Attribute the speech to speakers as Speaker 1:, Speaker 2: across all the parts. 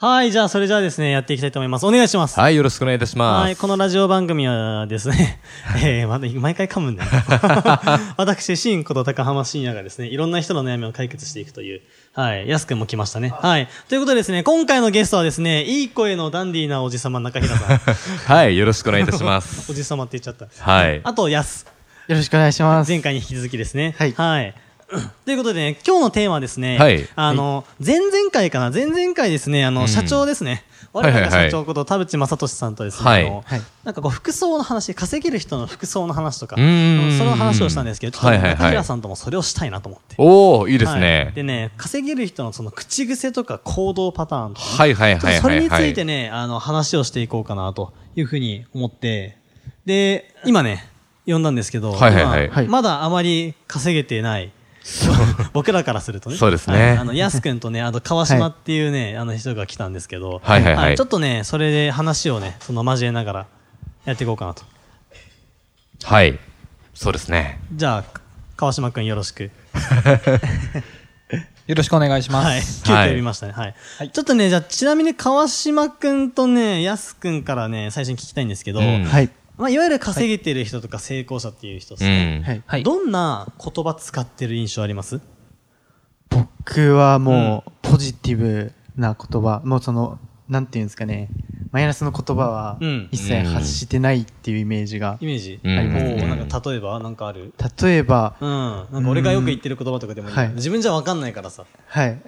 Speaker 1: はい、じゃあ、それじゃあですね、やっていきたいと思います。お願いします。
Speaker 2: はい、よろしくお願いいたします。
Speaker 1: はい、このラジオ番組はですね、 えー、まだ毎回噛むんだよ。 私、シンこと高浜信也がですね、いろんな人の悩みを解決していくという、はい、安くんも来ましたね。はい。ということでですね、今回のゲストはですね、いい声のダンディーなおじさま中平さ ん。
Speaker 2: はい、よろしくお願いいたしま す。
Speaker 1: おじさまって言っちゃった。
Speaker 2: はい。
Speaker 1: あと、安。
Speaker 3: よろしくお願いします。
Speaker 1: 前回に引き続きですね。
Speaker 3: はい
Speaker 1: という ことでね、今日のテーマはですね、
Speaker 2: はい
Speaker 1: あの、前々回かな、前々回ですね、あの、
Speaker 2: うん
Speaker 1: 社長ですね、我
Speaker 2: はいはい
Speaker 1: 々
Speaker 2: は
Speaker 1: の
Speaker 2: い
Speaker 1: 社長こと田淵正俊さんとですね、
Speaker 2: はい
Speaker 1: あの
Speaker 3: はい
Speaker 1: なんかこう、服装の話、稼げる人の服装の話とか、
Speaker 2: うーん
Speaker 1: その話をしたんですけど、ちょっと
Speaker 2: はいはいはい
Speaker 1: 中平さんともそれをしたいなと思って。
Speaker 2: おー、いいです
Speaker 1: はい
Speaker 2: ね。
Speaker 1: でね、稼げる人のその口癖とか行動パターンとかね
Speaker 2: はいは
Speaker 1: ちょ
Speaker 2: い
Speaker 1: っ
Speaker 2: は
Speaker 1: と
Speaker 2: い
Speaker 1: そ
Speaker 2: は
Speaker 1: れ
Speaker 2: い
Speaker 1: につ
Speaker 2: はい
Speaker 1: いてね、あの、話をしていこうかなというふうに思って、で、今ね、呼んだんですけど、
Speaker 2: はいはいはい
Speaker 1: まあ
Speaker 3: はい
Speaker 1: まだあまり稼げて ない、僕らからするとね。
Speaker 2: そうですね
Speaker 1: はいあの、やすくんとね、あと川島っていうね、あの人が来たんですけど、
Speaker 2: はいはいはい
Speaker 1: ちょっとね、それで話をね、その交えながらやっていこうかなと。
Speaker 2: はい。そうですね。
Speaker 1: じゃあ、川島くんよろしく。
Speaker 3: よろしくお願いしま
Speaker 1: はい。
Speaker 3: す。
Speaker 1: 急遽呼びましたね。はい。ちょっとね、じゃあ、ちなみに川島くんとね、やすくんからね、最初に聞きたいんですけど、
Speaker 2: うん
Speaker 3: はい。
Speaker 1: まあ、いわゆる稼げてる人とか成功者っていう人です
Speaker 2: う
Speaker 1: ね、
Speaker 2: ん。
Speaker 3: はい。はい、
Speaker 1: どんな言葉使ってる印象あります
Speaker 3: 僕はもう、ポジティブな言葉、もうその、なんていうんですかね、マイナスの言葉は
Speaker 1: うん、
Speaker 3: 一切発してないっていうイメージが
Speaker 1: イ。メージ、
Speaker 2: うん
Speaker 1: お
Speaker 2: う
Speaker 1: ー
Speaker 2: ん
Speaker 1: なんか例えばなんかある
Speaker 3: 例えば、
Speaker 1: うん。なんか俺がよく言ってる言葉とかでもいい、
Speaker 3: うんはい
Speaker 1: 自分じゃわかんないからさ。
Speaker 3: はい。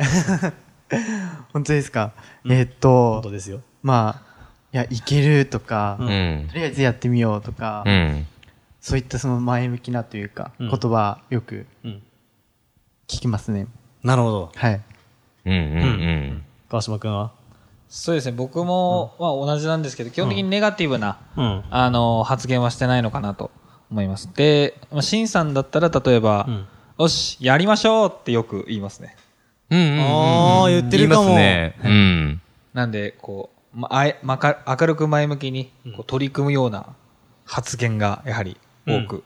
Speaker 3: 本当ですか、
Speaker 1: うん
Speaker 3: えーっ
Speaker 1: 本
Speaker 3: と
Speaker 1: 当、ですよ。
Speaker 3: まあ、いや、いけるとか、
Speaker 1: う
Speaker 2: うんん
Speaker 3: と。りあえずやってみようとか、
Speaker 2: うん。
Speaker 3: そういったその前向きなというか、
Speaker 1: うん
Speaker 3: 言葉よく
Speaker 1: うん。
Speaker 3: 聞きますね。
Speaker 1: なるほど。
Speaker 3: はい。
Speaker 2: うんうんうん。
Speaker 1: 川島くんは
Speaker 4: そうですね僕も、まあ、同じなんですけど基本的にネガティブな、
Speaker 1: うん。
Speaker 4: あの発言はしてないのかなと思いますで、まあ、シンさんだったら例えば、
Speaker 1: うん
Speaker 4: よしやりましょうってよく言いますね
Speaker 2: うんうんうん。
Speaker 1: あー言ってるかも
Speaker 2: 言いますね。うん。
Speaker 4: なんでこう、まあえまか明るく前向きにこう取り組むような発言がやはり多く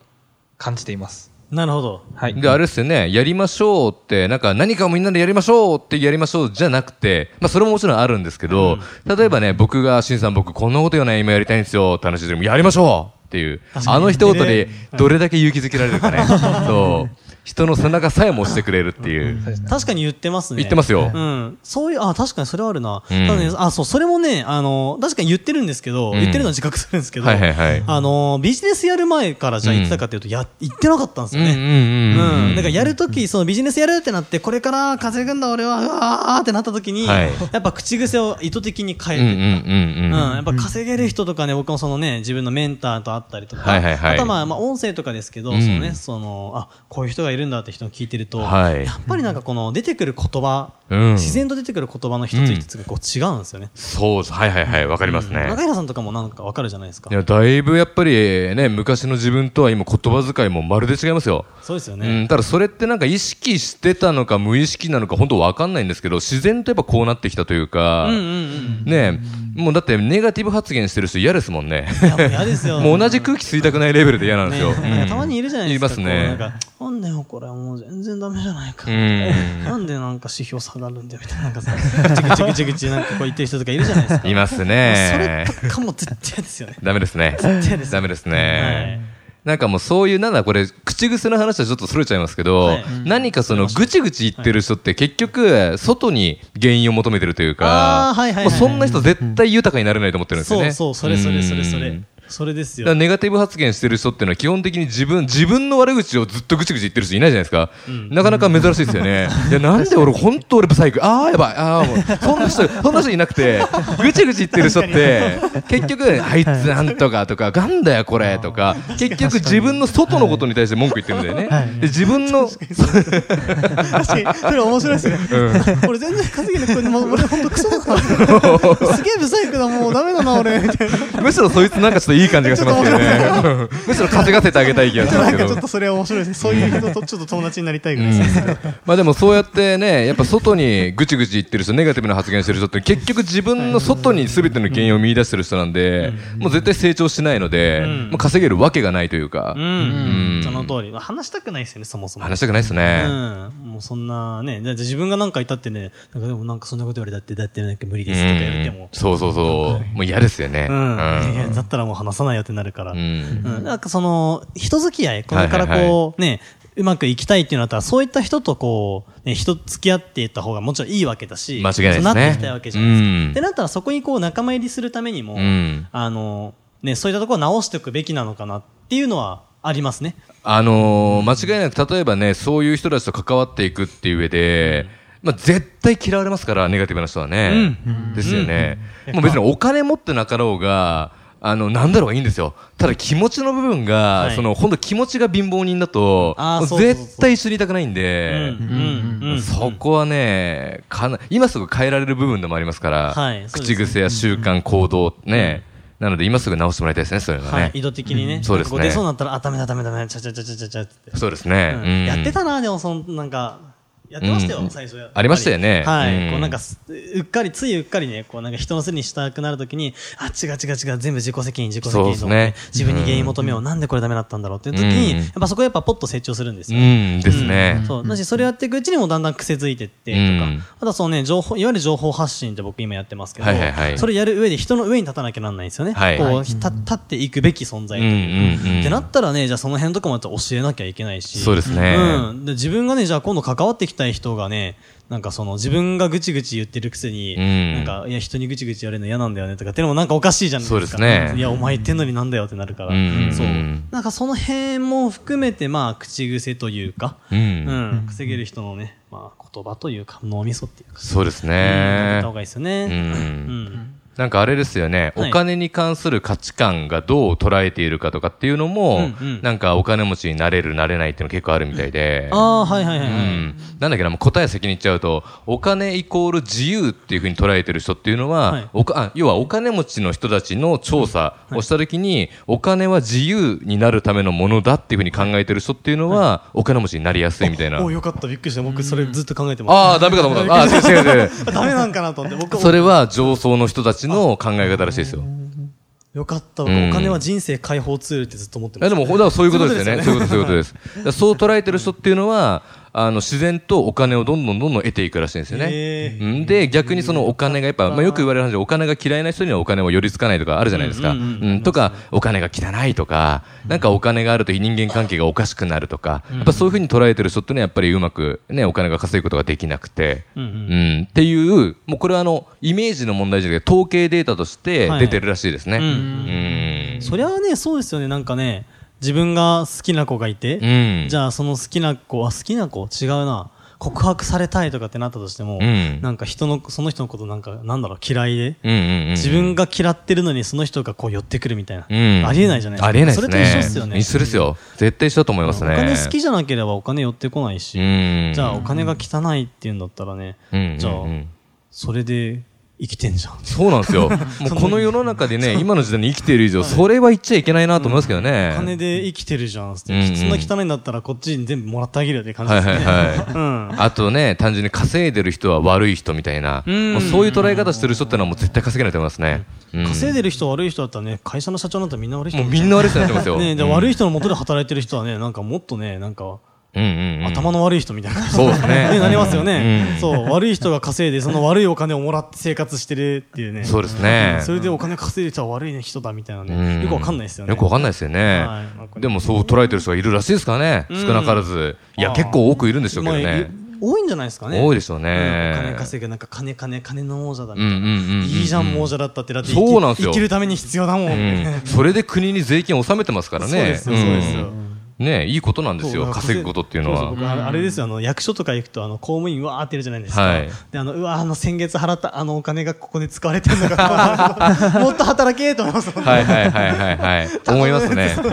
Speaker 4: 感じています、
Speaker 1: なるほど。
Speaker 4: はい
Speaker 2: で、あれですよね、やりましょうって、なんか何かをみんなでやりましょうってやりましょうじゃなくて、まあそれももちろんあるんですけど、例えばね、僕が、しんさん僕こんなことよね、今やりたいんですよって話しても、やりましょうっていう、あの一言でどれだけ勇気づけられるか ね、そう、人の背中さえも押してくれるっていう、
Speaker 1: 確かに言ってますね。
Speaker 2: 言ってますよ。
Speaker 1: うん、そういう、あ、確かにそれはあるな。
Speaker 2: うん
Speaker 1: ただね、あ、そう、それもね、あの、確かに言ってるんですけど、
Speaker 2: うん
Speaker 1: 言ってるのは自覚するんですけど、
Speaker 2: はいはいはい
Speaker 1: あの、ビジネスやる前からじゃあ言ってたかっていうと、や、言ってなかったんです
Speaker 2: うん
Speaker 1: よ
Speaker 2: うん
Speaker 1: ね。
Speaker 2: うんうん。
Speaker 1: だからやるとき、そのビジネスやるってなって、これから稼ぐんだ俺は、うわーってなったときに、
Speaker 2: はい
Speaker 1: やっぱ口癖を意図的に
Speaker 2: うん
Speaker 1: 変
Speaker 2: うんう
Speaker 1: えて、うんん、
Speaker 2: うん。
Speaker 1: やっぱ稼げる人とかね、僕もそのね、自分のメンターと会ったりとか、
Speaker 2: はいはいは
Speaker 1: あ
Speaker 2: い
Speaker 1: とはまあ、まあ、音声とかですけど、
Speaker 2: うん
Speaker 1: そのね、その、あ、こういう人がいるんだって人を聞いてると、
Speaker 2: はい
Speaker 1: やっぱりなんかこの出てくる言葉、
Speaker 2: うん
Speaker 1: 自然と出てくる言葉の一つ一つがこう違うんですよね。
Speaker 2: そうです、はいはいはい、わかりますね。
Speaker 1: 中平さんとかもなんかわかるじゃないですか
Speaker 2: い。や、だいぶやっぱりね、昔の自分とは今言葉遣いもまるで違いますよ。
Speaker 1: そうですよ
Speaker 2: う
Speaker 1: ね。
Speaker 2: ん、ただそれってなんか意識してたのか無意識なのか本当わかんないんですけど、自然とやっぱこうなってきたというか、
Speaker 1: うんうんうん。
Speaker 2: ねえもうだってネガティブ発言してる人嫌ですもんね。
Speaker 1: いや、もう嫌ですよ。
Speaker 2: もう同じ空気吸いたくないレベルで嫌なんですよ。
Speaker 1: ね
Speaker 2: うん
Speaker 1: たまにいるじゃないですか。
Speaker 2: いますね
Speaker 1: こうなんか、なんだよ、これはもう全然ダメじゃないか。
Speaker 2: うん
Speaker 1: なんでなんか指標下がるんだよみたいな、なんかさ、ぐちぐちぐちぐちなんかこう言ってる人とかいるじゃないですか。
Speaker 2: います
Speaker 1: それ
Speaker 2: ね。
Speaker 1: とかも絶対嫌ですよね。
Speaker 2: ダメですね。ダメですね。なんかもうそういう、なんだこれ、口癖の話はちょっとそれちゃいますけど、
Speaker 1: はい
Speaker 2: 何かそのぐちぐち言ってる人って結局、外に原因を求めてるという
Speaker 1: あー
Speaker 2: か、
Speaker 1: はいはいはい
Speaker 2: もうそんな人絶対豊かになれないと思ってるんですよね。
Speaker 1: そうそうそれそれそれそれ
Speaker 2: うん
Speaker 1: それです
Speaker 2: だ
Speaker 1: よ
Speaker 2: から。ネガティブ発言してる人っていうのは基本的に自分、自分の悪口をずっとぐちぐち言ってる人いないじゃないですか。
Speaker 1: ん
Speaker 2: なかなか珍しいですよ ね。いや、なんで俺、本当俺ブサイク。ああ、やばい。ああ、もう、そんな人、そんな人いなくて、ぐちぐち言ってる人 って、結局、あいつなんとかとか、ガンだよこれとか、結局自分の外のことに対して文句言ってるんだよね。
Speaker 3: はい
Speaker 2: で自分の、
Speaker 3: 確かに、それ面白いですね。
Speaker 2: うん
Speaker 3: 俺全然稼げない。これもう俺ほんとクソだから。すげえブサイクだ。もうダメだな、俺。みたいな。ち
Speaker 2: むしろそいつなんかちょっといい感じがしますけどね。むしろ稼がせてあげたい気が
Speaker 3: ょっ
Speaker 2: し
Speaker 3: と
Speaker 2: ま
Speaker 3: な
Speaker 2: す
Speaker 3: ん
Speaker 2: け
Speaker 3: か
Speaker 2: ど
Speaker 3: ちょっ。とそれは面白いですね。そういう人とちょっと友達になりたいぐらいです。
Speaker 2: うんまあでもそうやってね、やっぱ外にぐちぐち言ってる人、ネガティブな発言してる人って結局自分の外に全ての原因を見出してる人なんで、もう絶対成長しないので、
Speaker 1: うん
Speaker 2: もう稼げるわけがないというか
Speaker 1: う、
Speaker 2: うんん。
Speaker 1: その通り。話したくないですよね、そもそも。
Speaker 2: 話したくないですね。
Speaker 1: うん、もうそんなね、だって自分が何か言ったってね、なんかでもなんかそんなこと言われたって、だってなんか無理
Speaker 2: う
Speaker 1: ですとか言われて
Speaker 2: ん
Speaker 1: も、
Speaker 2: そうそうそう。もう嫌ですよね。
Speaker 1: う、
Speaker 2: うん
Speaker 1: いや
Speaker 2: ん
Speaker 1: だったらもう話さないよってなるから、
Speaker 2: う
Speaker 1: うん
Speaker 2: ん。
Speaker 1: なんかその人付き合い、これから
Speaker 2: はいはい
Speaker 1: こうね、うまくいきたいっていうのだったら、そういった人とこう、ね、人付き合っていった方がもちろんいいわけだし、
Speaker 2: 間違いないですね
Speaker 1: そうなっていきたいわけじゃないですか。
Speaker 2: うん
Speaker 1: で、なったらそこにこう仲間入りするために も、
Speaker 2: うん
Speaker 1: あの、ね、そういったところを直しておくべきなのかなっていうのはありますね。
Speaker 2: あのー間違いなく例えばね、そういう人たちと関わっていくっていう上で、まあ、絶対嫌われますから、ネガティブな人はね。ですよね。もう別にお金持ってなかろうが、あの、なんだろうがいいんですよ。ただ気持ちの部分が、
Speaker 1: はい
Speaker 2: その、本当気持ちが貧乏人だと、
Speaker 1: あー
Speaker 2: もう
Speaker 1: そうそうそう
Speaker 2: 絶対知りたくないん
Speaker 1: うん
Speaker 2: で、
Speaker 1: うんうん
Speaker 2: そこはね、かな、今すぐ変えられる部分でもありますから、
Speaker 1: はいそうです
Speaker 2: 口癖や習慣、行動、ね。なので今すぐ直してもらいたいですね、そういうのは
Speaker 1: はい
Speaker 2: ね。
Speaker 1: 意図的にね、
Speaker 2: そうですね
Speaker 1: なんかこ出そうになったら、あ、ダメだ、ダメだ、ダメだ、ちゃちゃちゃちゃちゃちゃって。
Speaker 2: そうですね。
Speaker 1: うん
Speaker 2: うん
Speaker 1: やってたな、でも、その、なんか、やってましたよ、
Speaker 2: うん
Speaker 1: 最初やっぱり。
Speaker 2: ありましたよね
Speaker 1: はい。
Speaker 2: うん
Speaker 1: こうなんか、すうっかり、ついうっかりね、こうなんか人のせいにしたくなるときに、あ、違う違う違う、全部自己責任、自己責
Speaker 2: そう
Speaker 1: 任
Speaker 2: です
Speaker 1: と
Speaker 2: ね
Speaker 1: 思って、自分に原因求めよう、なんでこれダメだったんだろうっていうときに、
Speaker 2: うん
Speaker 1: やっぱそこやっぱポッと成長するんです
Speaker 2: う
Speaker 1: よ。
Speaker 2: ん、ですね。
Speaker 1: うんそう。だし、それやっていくうちにもだんだん癖づいてって、とか、
Speaker 2: うん
Speaker 1: あとはそうね、情報、いわゆる情報発信って僕今やってますけど、
Speaker 2: はいはいはい
Speaker 1: それやる上で人の上に立たなきゃなんないんですよね。
Speaker 2: はい
Speaker 1: こう、ひた立っていくべき存在というか
Speaker 2: うんうんうん
Speaker 1: ってなったらね、じゃあその辺とかもちょっと教えなきゃいけないし、
Speaker 2: そうですね。
Speaker 1: うん、で自分がねじゃあ今度関わってきたい人がねなんかその自分がぐちぐち言ってるくせに、
Speaker 2: うん
Speaker 1: なんかいや人にぐちぐち言われるの嫌なんだよねとかってのもなんかおかしいじゃないですか
Speaker 2: そうですね
Speaker 1: いやお前言ってんのになんだよってなるから、
Speaker 2: うん
Speaker 1: そう
Speaker 2: うん
Speaker 1: なんかその辺も含めてまあ口癖というか、
Speaker 2: う。
Speaker 1: うんん防げる人のね、まあ、言葉というか脳みそっていうか
Speaker 2: そうです
Speaker 1: うんやっ
Speaker 2: ね
Speaker 1: た。方がいいですよ
Speaker 2: う。
Speaker 1: ね、うんん
Speaker 2: なんかあれですよね、
Speaker 1: はい
Speaker 2: お金に関する価値観がどう捉えているかとかっていうのも、
Speaker 1: うんうん
Speaker 2: なんかお金持ちになれる、なれないっていうの結構あるみたいで。
Speaker 1: ああはいはいはい、
Speaker 2: う
Speaker 1: はい
Speaker 2: ん、なんだっけな、もう答え先に言っちゃうと、お金イコール自由っていうふうに捉えてる人っていうのは、
Speaker 1: はい
Speaker 2: おかあ要はお金持ちの人たちの調査をしたときに、お金は自由になるためのものだっていうふうに考えてる人っていうのは、お金持ちになりやすいみたいな。
Speaker 1: およかったびっくりした僕それずっと考えてま
Speaker 2: ああ、ダメかと思 った。ああ、違う違う違う。
Speaker 1: すダメなんかなと思って僕
Speaker 2: それは上層の人たちの考え方らしいですよ。
Speaker 1: よかった、
Speaker 2: うん
Speaker 1: お金は人生解放ツールってずっと思ってま
Speaker 2: え
Speaker 1: す
Speaker 2: でも、ほら、そういうことですよね。
Speaker 1: そ
Speaker 2: そうう
Speaker 1: い
Speaker 2: いうう
Speaker 1: こ
Speaker 2: ことと、
Speaker 1: です
Speaker 2: そ
Speaker 1: よ
Speaker 2: ういうことです。だからそう捉えてる人っていうのは、あの、自然とお金をどんどんどんどん得ていくらしいんですよ
Speaker 1: へ
Speaker 2: ね。うんで、逆にそのお金がやっぱ、まあよく言われる話で、お金が嫌いな人にはお金を寄りつかないとかあるじゃないですか。
Speaker 1: う
Speaker 2: うん
Speaker 1: うん
Speaker 2: ん、とか、お金が汚いとか、なんかお金があると人間関係がおかしくなるとか、やっぱそういうふうに捉えてる人っていうのはやっぱりうまくね、お金が稼ぐことができなくて、
Speaker 1: うんうん
Speaker 2: うん、っていう、もうこれはあの、イメージの問題じゃなくて、統計データとして出てるらしいですね。
Speaker 1: はいうん
Speaker 2: うん
Speaker 1: そりゃあね、そうですよね、なんかね、自分が好きな子がいて、
Speaker 2: うん
Speaker 1: じゃあその好きな子は好きな子違うな、告白されたいとかってなったとしても、
Speaker 2: うん
Speaker 1: なんか人の、その人のことなんか、なんだろう、嫌いで、
Speaker 2: うんうんうん
Speaker 1: 自分が嫌ってるのにその人がこう寄ってくるみたいな、
Speaker 2: うん
Speaker 1: ありえないじゃないですか。
Speaker 2: ありえないです
Speaker 1: それ
Speaker 2: ね。
Speaker 1: と一緒ですよね。
Speaker 2: 一緒ですよ。絶対一緒だと思います
Speaker 1: お
Speaker 2: ね。
Speaker 1: 金好きじゃなければお金寄ってこないし、
Speaker 2: うん。
Speaker 1: じゃあお金が汚いっていうんだったらね、
Speaker 2: うんうんうん
Speaker 1: じゃあ、それで生きてんじゃん。
Speaker 2: そうなん ですよ。もうこの世の中でね、今の時代に生きている以上、それは言っちゃいけないなと思いますけどね。
Speaker 1: お金で生きてるじゃん、つって
Speaker 2: うんうん
Speaker 1: そんな汚いんだったらこっちに全部もらってあげるよって感じ
Speaker 2: は
Speaker 1: で
Speaker 2: い
Speaker 1: すね。
Speaker 2: はいはい。
Speaker 1: うん。
Speaker 2: あとね、単純に稼いでる人は悪い人みたいな、
Speaker 1: ん
Speaker 2: もうそういう捉え方してる人ってのはもう絶対稼げないと思いますね。うん
Speaker 1: 稼いでる人悪い人だったらね、会社の社長なんてみんな悪い人
Speaker 2: もうみんな悪い人になってますよ。
Speaker 1: ねで、
Speaker 2: うん
Speaker 1: 悪い人の元で働いてる人はね、なんかもっとね、なんか、
Speaker 2: うんうんうん。
Speaker 1: 頭の悪い人みたいな感じ
Speaker 2: そうですね
Speaker 1: なりますよね、
Speaker 2: うん
Speaker 1: そう、悪い人が稼いで、その悪いお金をもらって生活してるっていうね。
Speaker 2: そうですね。
Speaker 1: それでお金稼いでる人は悪い人だみたいな
Speaker 2: う
Speaker 1: ね。よくわかんないですよね。
Speaker 2: よくわかんないですよね。
Speaker 1: はい
Speaker 2: でもそう捉えてる人がいるらしいですからね。
Speaker 1: うん
Speaker 2: 少なからず。い
Speaker 1: あ
Speaker 2: や、
Speaker 1: ー
Speaker 2: 結構多くいるんでしょうけど
Speaker 1: まあい
Speaker 2: ね。
Speaker 1: 多いんじゃないですかね。
Speaker 2: 多い
Speaker 1: で
Speaker 2: でしょう
Speaker 1: す
Speaker 2: ね。
Speaker 1: 金稼ぐ、なんか金、金、金の王者だみた
Speaker 2: う
Speaker 1: い
Speaker 2: ん
Speaker 1: な。
Speaker 2: うんうんうんうん。
Speaker 1: いいじゃん、王者だったって、だって生き
Speaker 2: そうなんですよ
Speaker 1: 生きるために必要だもん。
Speaker 2: うん、それで国に税金を納めてますからね。
Speaker 1: そうですよ、そうですよ。
Speaker 2: うんねいいことなんです
Speaker 1: そう
Speaker 2: よ、
Speaker 1: だから
Speaker 2: 稼ぐことっていうの
Speaker 1: そうそう
Speaker 2: は。
Speaker 1: 僕あれあれですよあの役所とか行くとあの公務員わーっているじゃないですか、
Speaker 2: はい
Speaker 1: であのうわーあの先月払ったあのお金がここで使われてるの かもっと働けと思いますもんね
Speaker 2: はいはいはいはいはい。思います ね。うん。
Speaker 1: こっ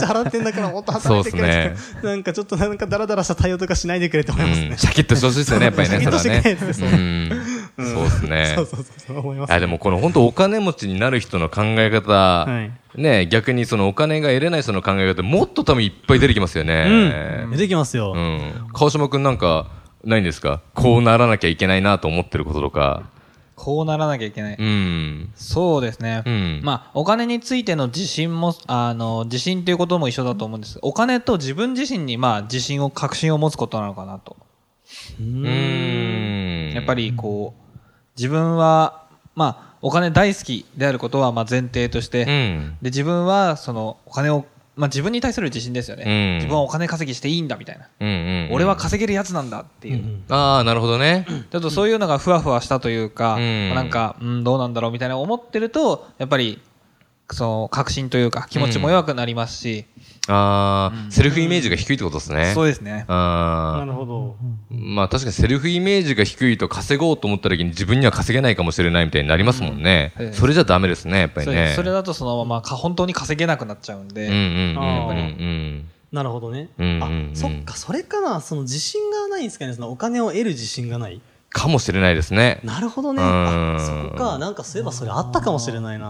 Speaker 1: ち払ってんだからもっと働いてくれって、
Speaker 2: そうっ
Speaker 1: なんかちょっとなんかダラダラした対応とかしないでくれって思います
Speaker 2: うん
Speaker 1: ね、
Speaker 2: シャキッとしてほしいですよね、やっぱりね、
Speaker 1: シャキッとして
Speaker 2: ね
Speaker 1: くれって。
Speaker 2: うんそうですね
Speaker 1: そう。そうそうそう思います
Speaker 2: あでもこの本当お金持ちになる人の考え方、
Speaker 1: はい
Speaker 2: ね逆にそのお金が得れない人の考え方、もっと多分いっぱい出てきますよね。
Speaker 1: うん出てきますよ、
Speaker 2: うん。川島くんなんか、ないんですかこうならなきゃいけないなと思ってることとか。
Speaker 4: こうならなきゃいけない。
Speaker 2: うん。
Speaker 4: そうですね。
Speaker 2: うん
Speaker 4: まあ、お金についての自信も、あの、自信ということも一緒だと思うんです。お金と自分自身に、まあ、自信を、確信を持つことなのかなと。
Speaker 2: うーん。
Speaker 4: やっぱり、こう、自分は、まあ、お金大好きであることは、まあ、前提として、
Speaker 2: う
Speaker 4: で、
Speaker 2: ん。
Speaker 4: 自分は、その、お金を、まあ、自分に対する自信ですよね。
Speaker 2: うん
Speaker 4: 自分はお金稼ぎしていいんだ、みたいな。
Speaker 2: うんうんうん
Speaker 4: 俺は稼げるやつなんだっていう。
Speaker 2: ああ、なるほど ね。
Speaker 4: ちょっとそういうのがふわふわしたというか、
Speaker 2: うん
Speaker 4: なんか、うん、どうなんだろうみたいな思ってると、やっぱり、その、確信というか、気持ちも弱くなりますし、
Speaker 2: ああ、セルフイメージが低いってことですね。
Speaker 4: そう
Speaker 2: う
Speaker 4: ですね。
Speaker 1: な
Speaker 2: あ
Speaker 1: るほど、
Speaker 2: ーまあ確かにセルフイメージが低いと稼ごうと思った時に自分には稼げないかもしれないみたいになりますもんね。
Speaker 4: うんええ
Speaker 2: それじゃダメですね、やっぱり
Speaker 4: そうです
Speaker 2: ね。
Speaker 4: それだとそのままか、本当に稼げなくなっちゃうんで、
Speaker 2: うんうんうん
Speaker 1: あー
Speaker 2: うん
Speaker 1: なるほどね、
Speaker 2: うんうんうん
Speaker 1: あそっかそれかなその自信がないんですかねそのお金を得る自信がない
Speaker 2: かもしれないですね。
Speaker 1: なるほどね。
Speaker 2: う
Speaker 1: あ
Speaker 2: ん
Speaker 1: そこか。なんかそういえばそれあったかもしれないな。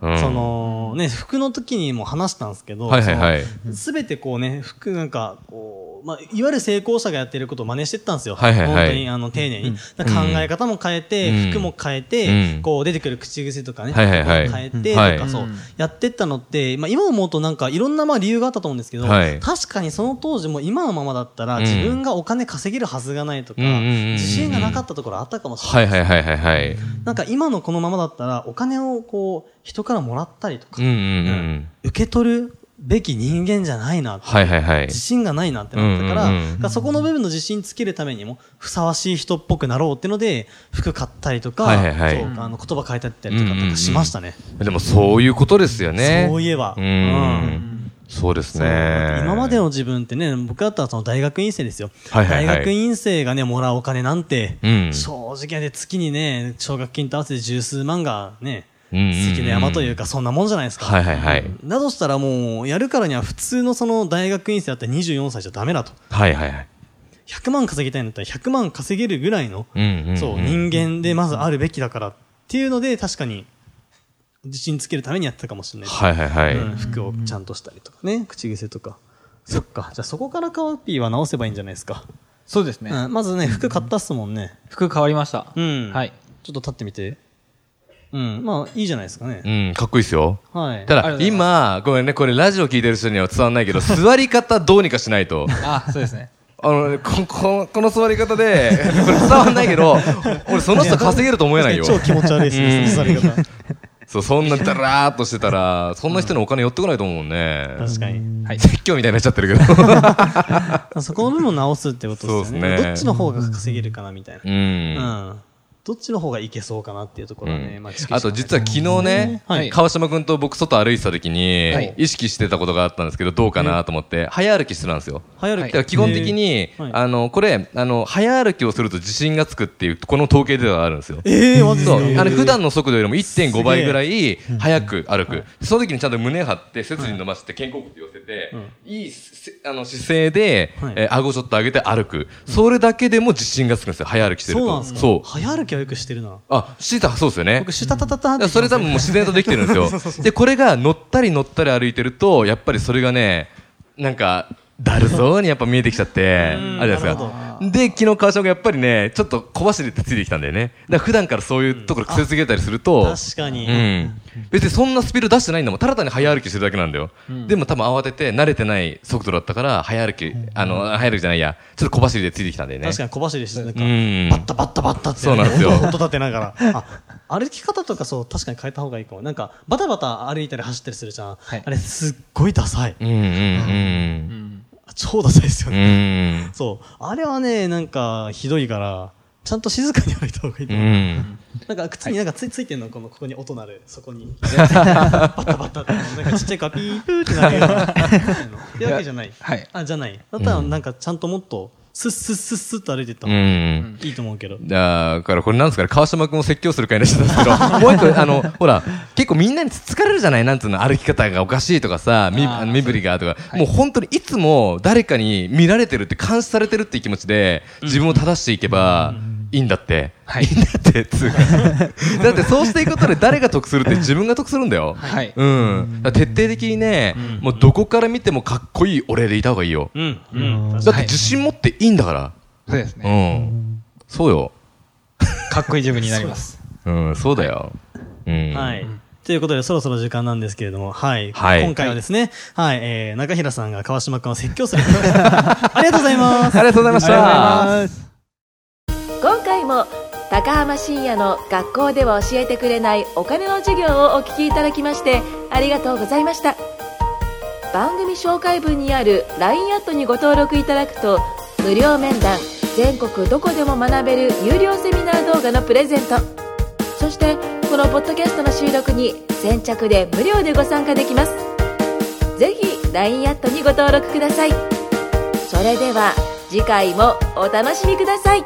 Speaker 2: うん
Speaker 1: その、ね、服の時にも話したんですけど、
Speaker 2: はいはいはい
Speaker 1: すべてこうね、服なんか、こう、まあ、いわゆる成功者がやってることを真似してったんですよ。
Speaker 2: はいはいはい
Speaker 1: 本当に、あの、丁寧に。だから考え方も変えて、
Speaker 2: うん
Speaker 1: 服も変えて、
Speaker 2: うん
Speaker 1: こう、出てくる口癖とかね、
Speaker 2: はいはいはい
Speaker 1: 変えて、
Speaker 2: うん
Speaker 1: とか、そう
Speaker 4: はい、
Speaker 1: やってったのって、まあ、今思うとなんか、いろんなまあ理由があったと思うんですけど、
Speaker 2: はい
Speaker 1: 確かにその当時も今のままだったら、
Speaker 2: うん
Speaker 1: 自分がお金稼げるはずがないとか、
Speaker 2: うんうんうんうんうん
Speaker 1: 自信がなかったところあったかもしれない。
Speaker 2: はいはいはいはいはい。
Speaker 1: なんか今のこのままだったらお金をこう人からもらったりと
Speaker 2: う
Speaker 1: か、
Speaker 2: んうんうん。
Speaker 1: 受け取るべき人間じゃないなって、
Speaker 2: はいはいはい。
Speaker 1: 自信がないなってなったから,、
Speaker 2: うんうんうん
Speaker 1: だからそこの部分の自信つけるためにもふさわしい人っぽくなろうってので服買ったりとか、
Speaker 2: はいはいはい
Speaker 1: そうあの言葉変えたりとかなんかしましたね、
Speaker 2: でもそういうことですよね。
Speaker 1: そういえば。
Speaker 2: う
Speaker 1: うん
Speaker 2: ん。そうで
Speaker 1: そ
Speaker 2: す
Speaker 1: うだっ
Speaker 2: ね。
Speaker 1: て今までの自分ってね、僕だったらその大学院生ですよ。
Speaker 2: はいはいはい
Speaker 1: 大学院生がね、もらうお金なんて、
Speaker 2: うん
Speaker 1: 正直ね、月にね、奨学金と合わせて十数万がね、
Speaker 2: うんうんうん
Speaker 1: 関の山というか、そんなもんじゃないですか。
Speaker 2: はいはいはい。
Speaker 1: だとしたらもう、やるからには普通のその大学院生だったら24歳じゃダメだと。
Speaker 2: はいはいはい。
Speaker 1: 100万稼ぎたいんだったら100万稼げるぐらいの、
Speaker 2: うんうんうん
Speaker 1: そう、人間でまずあるべきだからっていうので、確かに、自信つけるためにやってたかもしれないですね
Speaker 2: はいはいはい。
Speaker 1: うん、服をちゃんとしたりとかね、口癖とか。そっか。じゃあそこからカワピーは直せばいいんじゃないですか。
Speaker 4: そうですね、
Speaker 1: うん、まずね、服買ったっすもんね。
Speaker 4: 服変わりました。
Speaker 1: うん。
Speaker 4: はい。。
Speaker 1: ちょっと立ってみて。うん。まあ、いいじゃないですかね。
Speaker 2: うん、かっこいいですよ。
Speaker 1: はい。
Speaker 2: ただ
Speaker 4: ありが、とうござい
Speaker 2: 今、ごめんね、これラジオ聞いてる人には伝わんないけど、座り方どうにかしないと。
Speaker 4: あ、そうですね。
Speaker 2: あのね、こ、こ、この座り方で、 これ伝わんないけど、俺その人稼げると思えないよ。
Speaker 1: 超気持ち悪いです ね、その座り方。
Speaker 2: そう、そんなだらーっとしてたら、そんな人にお金寄ってこないと思うもんね。
Speaker 1: 確かに。
Speaker 4: はい。
Speaker 2: 説教みたいになっちゃってるけど。
Speaker 1: そこの部分を直すってことですよね。
Speaker 2: そうですね
Speaker 1: どっちの方が稼げるかな、みたいな。
Speaker 2: う。
Speaker 1: うんん。どっちの方がいけそうかなっていうところはね、まあ、
Speaker 2: あと実は昨日ね、
Speaker 1: はい
Speaker 2: 川島君と僕外歩いてた時に
Speaker 4: はい、
Speaker 2: 意識してたことがあったんですけど、どうかなと思って、早歩きしてたんですよ。
Speaker 1: はやる
Speaker 4: はい
Speaker 2: だから基本的に、
Speaker 1: はい
Speaker 2: あの、これ、あの、早歩きをすると自信がつくっていう、この統計ではあるんですよ。
Speaker 1: ええ、マジで
Speaker 2: そ
Speaker 1: す
Speaker 2: う、
Speaker 1: か
Speaker 2: あの、普段の速度よりも1.5
Speaker 1: すげ
Speaker 2: 倍
Speaker 1: え
Speaker 2: ぐらい早く歩く。その時にちゃんと胸張って、背筋伸ばして、肩甲骨寄せて、いいせあの姿勢で、
Speaker 1: はい
Speaker 2: えー顎ちょっと上げて歩く。それだけでも自信がつくんですよ、早歩きしてる
Speaker 1: そうなん
Speaker 2: と。
Speaker 1: ですか
Speaker 2: そう。
Speaker 1: 早歩きはよくしてるな。
Speaker 2: あ、シータ、そうですよね。
Speaker 1: 僕、シュタタタタンっ
Speaker 2: だ
Speaker 1: て
Speaker 2: からそれ多分もう自然とできてるんですよ。で、これが乗ったり乗ったり歩いてると、やっぱりそれがね、なんか、だるそうにやっぱ見えてきちゃって、あれじゃないですか。で、昨日川島がやっぱりね、ちょっと小走りってついてきたんだよね。だから普段からそういうところ癖つけたりすると、
Speaker 1: 確かに。
Speaker 2: うん。別にそんなスピード出してないんだもん。ただ単に早歩きしてるだけなんだよ。でも多分慌てて慣れてない速度だったから、早歩き、あの、早歩きじゃないや、ちょっと小走りでついてきたんだよね。
Speaker 1: 確かに小走りしてなんか、
Speaker 2: うん
Speaker 1: バッタバッタバッタって、
Speaker 2: そうなんですよ
Speaker 1: 音音立てながら。あ、歩き方とかそう、確かに変えた方がいいかも。なんか、バタバタ歩いたり走ったりするじゃん。
Speaker 4: はい
Speaker 1: あれ、すっごいダサい。
Speaker 2: うんうんうん。
Speaker 1: 超ダサいですよ
Speaker 2: う
Speaker 1: ね。
Speaker 2: ん。
Speaker 1: そう。あれはね、なんか、ひどいから、ちゃんと静かに歩いた方がいいと
Speaker 2: う
Speaker 1: 思う。
Speaker 2: ん。
Speaker 1: なんか、靴になんかつ,、い、ついてんのこの、ここに音鳴る、そこに。 バタバタって、なんかちっちゃい子がピープーってなるよう な。ってわけじゃない。
Speaker 4: はい。
Speaker 1: あ、じゃない。だったら、
Speaker 2: うん
Speaker 1: なんか、ちゃんともっと、スッスッスッスッと歩いてった
Speaker 2: う
Speaker 1: 方が
Speaker 2: ん。
Speaker 1: いいと思うけど。
Speaker 2: だからこれなんですかね、川島君を説教する会にしてたんですけど、 もう一個、あの、ほら、結構みんなにつつかれるじゃない、なんつうの、歩き方がおかしいとかさ、み
Speaker 4: あー
Speaker 2: あの身振りがとか、もう本当にいつも誰かに見られてるって、監視されてるっていう気持ちで、自分を正していけばいいんだって。
Speaker 4: はい
Speaker 2: いいんだって、つう か。だってそうしていくことで誰が得するって自分が得するんだよ。
Speaker 4: はい。
Speaker 2: うん。だから徹底的にね、もうどこから見てもかっこいい俺でいた方がいいよ。
Speaker 1: うん。うん。
Speaker 2: だって自信持っていいんだから。
Speaker 4: そうです
Speaker 2: う
Speaker 4: ね。
Speaker 2: ん。そうよ。
Speaker 4: かっこいい自分になります。
Speaker 2: うん、そうだよ。うん。
Speaker 1: はい。ということで、そろそろ時間なんですけれども、はい。
Speaker 2: はい
Speaker 1: 今回はですね、はい、えー、中平さんが川島君を説教す る。ありがとうございます。
Speaker 2: ありがとうございました。
Speaker 5: 今回も高浜深也の学校では教えてくれないお金の授業をお聞きいただきましてありがとうございました番組紹介文にある LINE アットにご登録いただくと無料面談全国どこでも学べる有料セミナー動画のプレゼントそしてこのポッドキャストの収録に先着で無料でご参加できますぜひ LINE アットにご登録くださいそれでは次回もお楽しみください